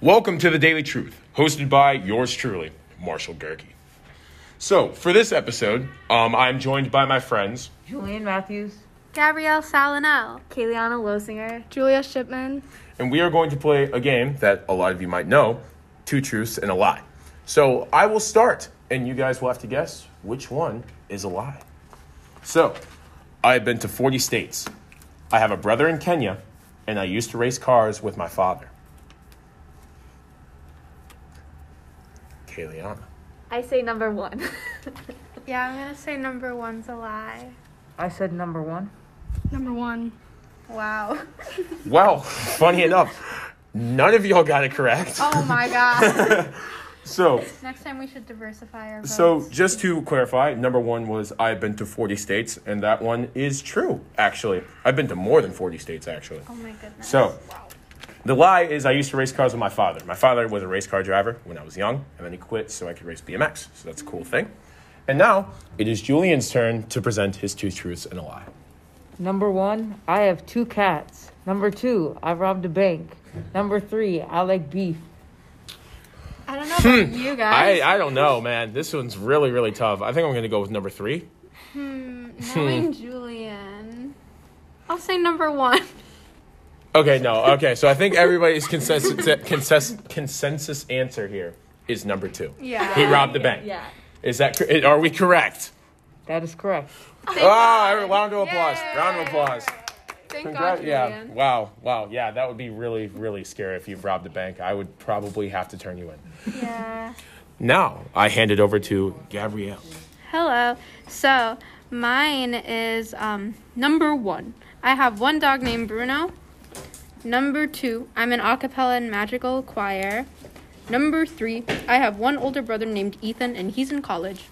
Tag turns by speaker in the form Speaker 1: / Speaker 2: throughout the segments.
Speaker 1: Welcome to the Daily Truth, hosted by yours truly, Marshall Gerke. So, for this episode, um, I'm joined by my friends.
Speaker 2: Julian Matthews,
Speaker 3: Gabrielle Salinel,
Speaker 2: Kayliana Losinger,
Speaker 4: Julia Shipman.
Speaker 1: and we are going to play a game that a lot of you might know two truths and a lie. So I will start, and you guys will have to guess which one is a lie. So I've been to 40 states. I have a brother in Kenya, and I used to race cars with my father. Kayliana.
Speaker 3: I say number one.
Speaker 4: Yeah, I'm gonna say number one's a lie.
Speaker 2: I said number one.
Speaker 4: Number one. Wow.
Speaker 1: Well, funny enough, none of y'all got it correct.
Speaker 4: Oh my god.
Speaker 1: So
Speaker 4: Next time we should diversify our votes.
Speaker 1: So, just to clarify, number one was I've been to 40 states, and that one is true, actually. I've been to more than 40 states, actually.
Speaker 4: oh my goodness.
Speaker 1: So, the lie is I used to race cars with my father. My father was a race car driver when I was young, and then he quit so I could race BMX. So, that's a cool thing. And now, it is Julian's turn to present his two truths and a lie.
Speaker 2: Number one, I have two cats. Number two, I robbed a bank. Number three, I like beef.
Speaker 4: I don't know about you guys.
Speaker 1: Hmm. I don't know, man. This one's really, really tough. I think I'm going to go with number three. hmm.
Speaker 4: Knowing Julian. I'll say number one.
Speaker 1: Okay, no. Okay, so I think everybody's consensus consensus consensus answer here is number two.
Speaker 4: Yeah.
Speaker 1: He robbed the bank.
Speaker 3: yeah.
Speaker 1: Is that cor- are we correct?
Speaker 2: That is correct.
Speaker 1: Ah, every- round of applause. Round of applause.
Speaker 4: Thank
Speaker 1: Congrats-
Speaker 4: God,
Speaker 1: yeah.
Speaker 4: Julian.
Speaker 1: Wow. Wow. Yeah, that would be really really scary if you robbed a bank. I would probably have to turn you in.
Speaker 4: Yeah.
Speaker 1: Now, I hand it over to Gabrielle.
Speaker 4: Hello. So mine is um, number one. I have one dog named Bruno. Number two, I'm an a cappella and magical choir. Number three, I have one older brother named Ethan and he's in college.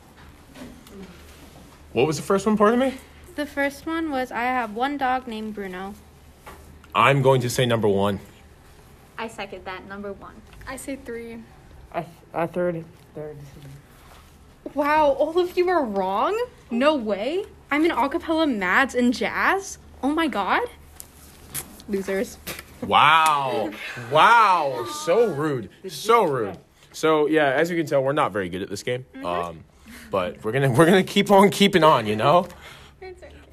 Speaker 1: What was the first one part of me?
Speaker 4: The first one was I have one dog named Bruno.
Speaker 1: I'm going to say number 1.
Speaker 3: I second that, number one.
Speaker 5: I say three.
Speaker 2: I, I third it. Third.
Speaker 5: Wow, all of you are wrong?
Speaker 4: No way. I'm an a cappella mads and jazz. Oh my god. Losers.
Speaker 1: Wow. Wow. So rude. So rude. So yeah, as you can tell, we're not very good at this game.
Speaker 5: Mm-hmm.
Speaker 1: Um, but we're gonna we're gonna keep on keeping on, you know?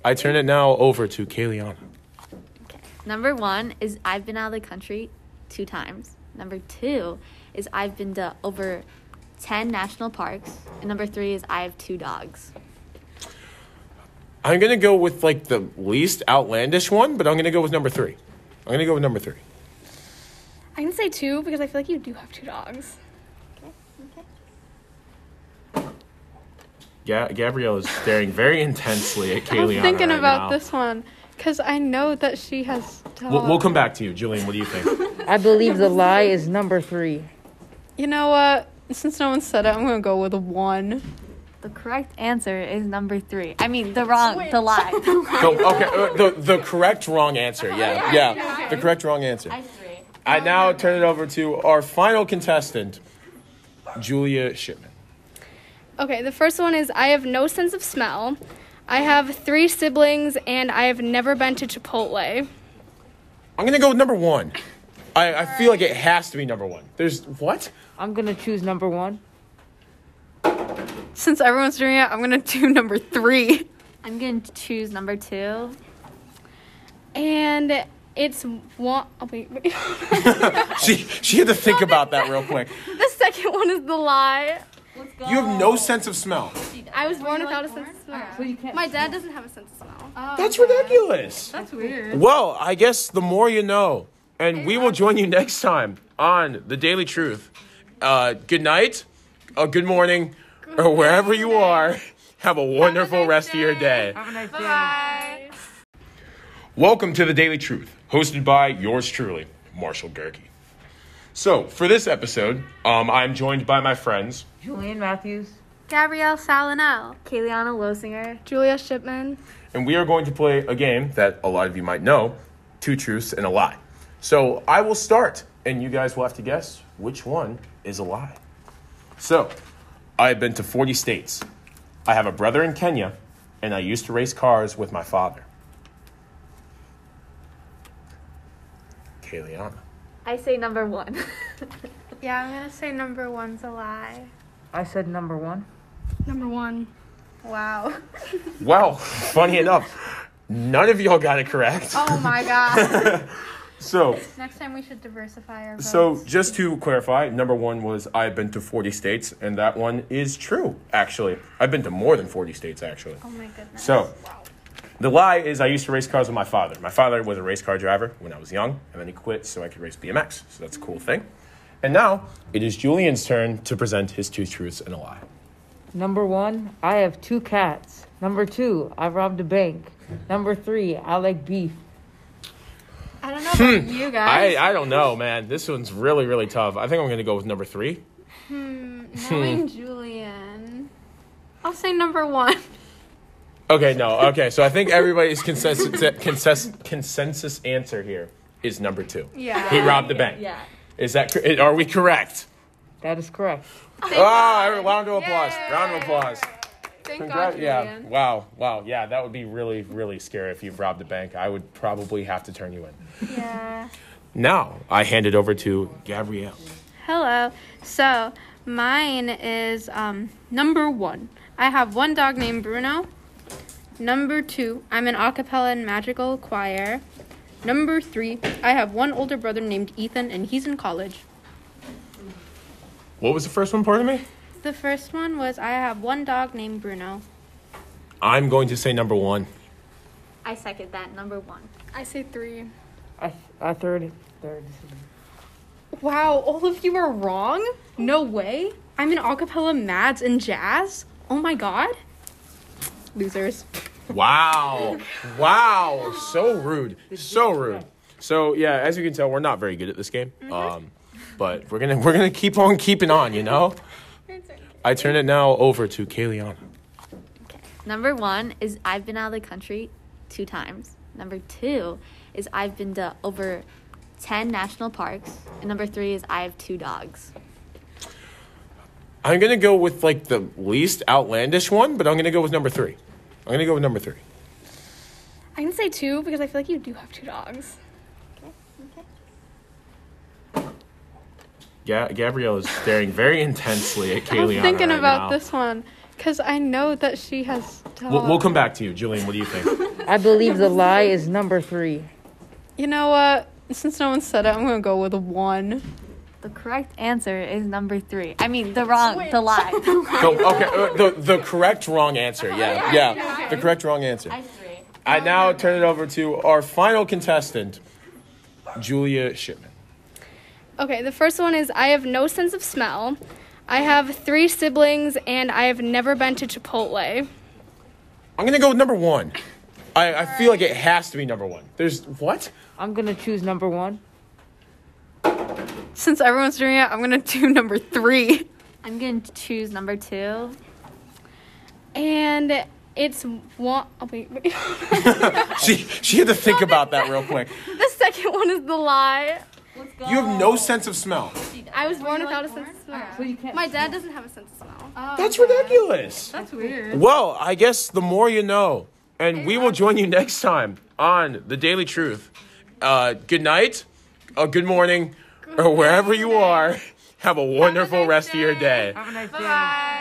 Speaker 1: I turn it now over to Kayliana.
Speaker 3: Number one is I've been out of the country two times. Number two is I've been to over 10 national parks. And number three is I have two dogs.
Speaker 1: I'm gonna go with like the least outlandish one, but I'm gonna go with number three. I'm gonna go with number three.
Speaker 5: I can say two because I feel like you do have two dogs.
Speaker 1: Yeah, Gabrielle is staring very intensely at
Speaker 5: I'm
Speaker 1: Kayliana.
Speaker 5: thinking
Speaker 1: right
Speaker 5: about
Speaker 1: now.
Speaker 5: this one because I know that she has dogs.
Speaker 1: We'll, we'll come back to you, Julian. What do you think?
Speaker 2: I believe the lie is number three.
Speaker 5: You know what? Since no one said it, I'm gonna go with a one.
Speaker 3: The correct answer is number three. I mean, the wrong, the lie.
Speaker 1: No, okay, uh, the the correct wrong answer. Yeah, yeah, the correct wrong answer.
Speaker 3: I have three.
Speaker 1: I now turn it over to our final contestant, Julia Shipman.
Speaker 5: Okay, the first one is I have no sense of smell. I have three siblings and I have never been to Chipotle.
Speaker 1: I'm gonna go with number one. I, I feel like it has to be number one. There's what?
Speaker 2: I'm going to choose number one.
Speaker 5: Since everyone's doing it, I'm gonna do number three.
Speaker 3: I'm going to choose number two.
Speaker 5: And it's one. Oh, wait, wait.
Speaker 1: She she had to think about that real quick.
Speaker 5: the second one is the lie.
Speaker 1: You have no sense of smell.
Speaker 5: I was born without a sense of smell.
Speaker 2: So you can't.
Speaker 5: My dad doesn't have a sense of smell.
Speaker 1: That's ridiculous.
Speaker 5: That's weird.
Speaker 1: Well, I guess the more you know, and we will join you next time on the Daily Truth. Uh, good night, uh, good morning, or wherever you are. Have a wonderful rest of your day.
Speaker 2: Have a nice day.
Speaker 5: Bye.
Speaker 1: Welcome to the Daily Truth, hosted by yours truly, Marshall Gerke. So, for this episode, um, I'm joined by my friends.
Speaker 2: Julian Matthews.
Speaker 4: Gabrielle Salinel.
Speaker 3: Kayliana Losinger.
Speaker 5: Julia Shipman.
Speaker 1: and we are going to play a game that a lot of you might know two truths and a lie. So I will start, and you guys will have to guess which one is a lie. So I've been to 40 states. I have a brother in Kenya, and I used to race cars with my father. Kayliana.
Speaker 3: I say number one.
Speaker 4: Yeah, I'm gonna say number one's a lie.
Speaker 2: I said number one.
Speaker 5: Number one.
Speaker 4: Wow.
Speaker 1: Well, funny enough, none of y'all got it correct.
Speaker 4: Oh my god.
Speaker 1: So,
Speaker 4: Next time we should diversify our votes.
Speaker 1: so just to clarify, number one was I've been to 40 states, and that one is true, actually. I've been to more than 40 states, actually.
Speaker 4: oh my goodness.
Speaker 1: So, the lie is I used to race cars with my father. My father was a race car driver when I was young, and then he quit so I could race BMX. So that's a cool thing. And now it is Julian's turn to present his two truths and a lie.
Speaker 2: Number one, I have two cats. Number two, I robbed a bank. Number three, I like beef.
Speaker 4: I don't know
Speaker 1: Hmm.
Speaker 4: about you guys.
Speaker 1: I don't know, man. This one's really, really tough. I think I'm going to go with number three.
Speaker 4: Knowing Julian. I'll say number one.
Speaker 1: Okay, no. Okay, so I think everybody's consensus, consensus, consensus answer here is number two.
Speaker 4: Yeah.
Speaker 1: He robbed the bank.
Speaker 3: yeah.
Speaker 1: Is that, cor- are we correct?
Speaker 2: That is correct.
Speaker 1: Ah, every- round of applause. Round of applause.
Speaker 4: Thank
Speaker 1: Congrats-
Speaker 4: God,
Speaker 1: yeah.
Speaker 4: Julian.
Speaker 1: Wow. Wow. Yeah, that would be really, really scary if you robbed a bank. I would probably have to turn you in.
Speaker 4: yeah.
Speaker 1: Now I hand it over to Gabrielle.
Speaker 4: Hello. So mine is um, number one. I have one dog named Bruno. Number two, I'm an a cappella and magical choir. Number three, I have one older brother named Ethan and he's in college.
Speaker 1: What was the first one? Pardon me.
Speaker 4: The first one was I have one dog named Bruno.
Speaker 1: I'm going to say number one.
Speaker 3: I second that. Number one.
Speaker 5: I say three.
Speaker 2: I I third third.
Speaker 4: Wow, all of you are wrong? No way. I'm in a cappella mads and jazz? Oh my god. Losers.
Speaker 1: Wow. Wow. So rude. So rude. So yeah, as you can tell, we're not very good at this game.
Speaker 4: Mm-hmm.
Speaker 1: Um, but we're gonna we're gonna keep on keeping on. You know. I turn it now over to Kayliana.
Speaker 3: Number one is I've been out of the country two times. Number two is I've been to over 10 national parks. And number three is I have two dogs.
Speaker 1: I'm gonna go with like the least outlandish one, but I'm gonna go with number three. I'm gonna go with number three.
Speaker 5: I can say two because I feel like you do have two dogs.
Speaker 1: Yeah, Gabrielle is staring very intensely at Kaylee.
Speaker 4: I'm thinking about this one because I know that she has.
Speaker 1: We'll, we'll
Speaker 4: dogs.
Speaker 1: come back to you, Julian. What do you think?
Speaker 2: I believe the lie is number three.
Speaker 4: You know what? uh, Since no one said it, I'm gonna go with a one.
Speaker 3: The correct answer is number three. I mean, the wrong, the lie.
Speaker 1: the, okay, uh, the the correct wrong answer.
Speaker 5: Oh,
Speaker 1: Yeah, yeah, the correct wrong answer.
Speaker 3: I three.
Speaker 1: I now turn it over to our final contestant, Julia Shipman.
Speaker 5: Okay, the first one is I have no sense of smell. I have three siblings and I have never been to Chipotle.
Speaker 1: I'm gonna go with number one. I, I feel like it has to be number one. There's what?
Speaker 2: I'm gonna choose number one.
Speaker 4: Since everyone's doing it, I'm gonna do number three.
Speaker 3: I'm going to choose number two.
Speaker 5: And it's one. Oh, wait, wait.
Speaker 1: She she had to think about that real quick.
Speaker 5: the second one is the lie.
Speaker 1: You have no sense of smell.
Speaker 5: I was born without a sense of smell.
Speaker 2: So you can't.
Speaker 5: My dad doesn't have a sense of smell.
Speaker 1: That's ridiculous.
Speaker 4: That's weird.
Speaker 1: Well, I guess the more you know. And we will join you next time on The Daily Truth. Uh, good night, uh, good morning, or wherever you are. Have a wonderful rest of your day.
Speaker 2: Have a nice day. Bye.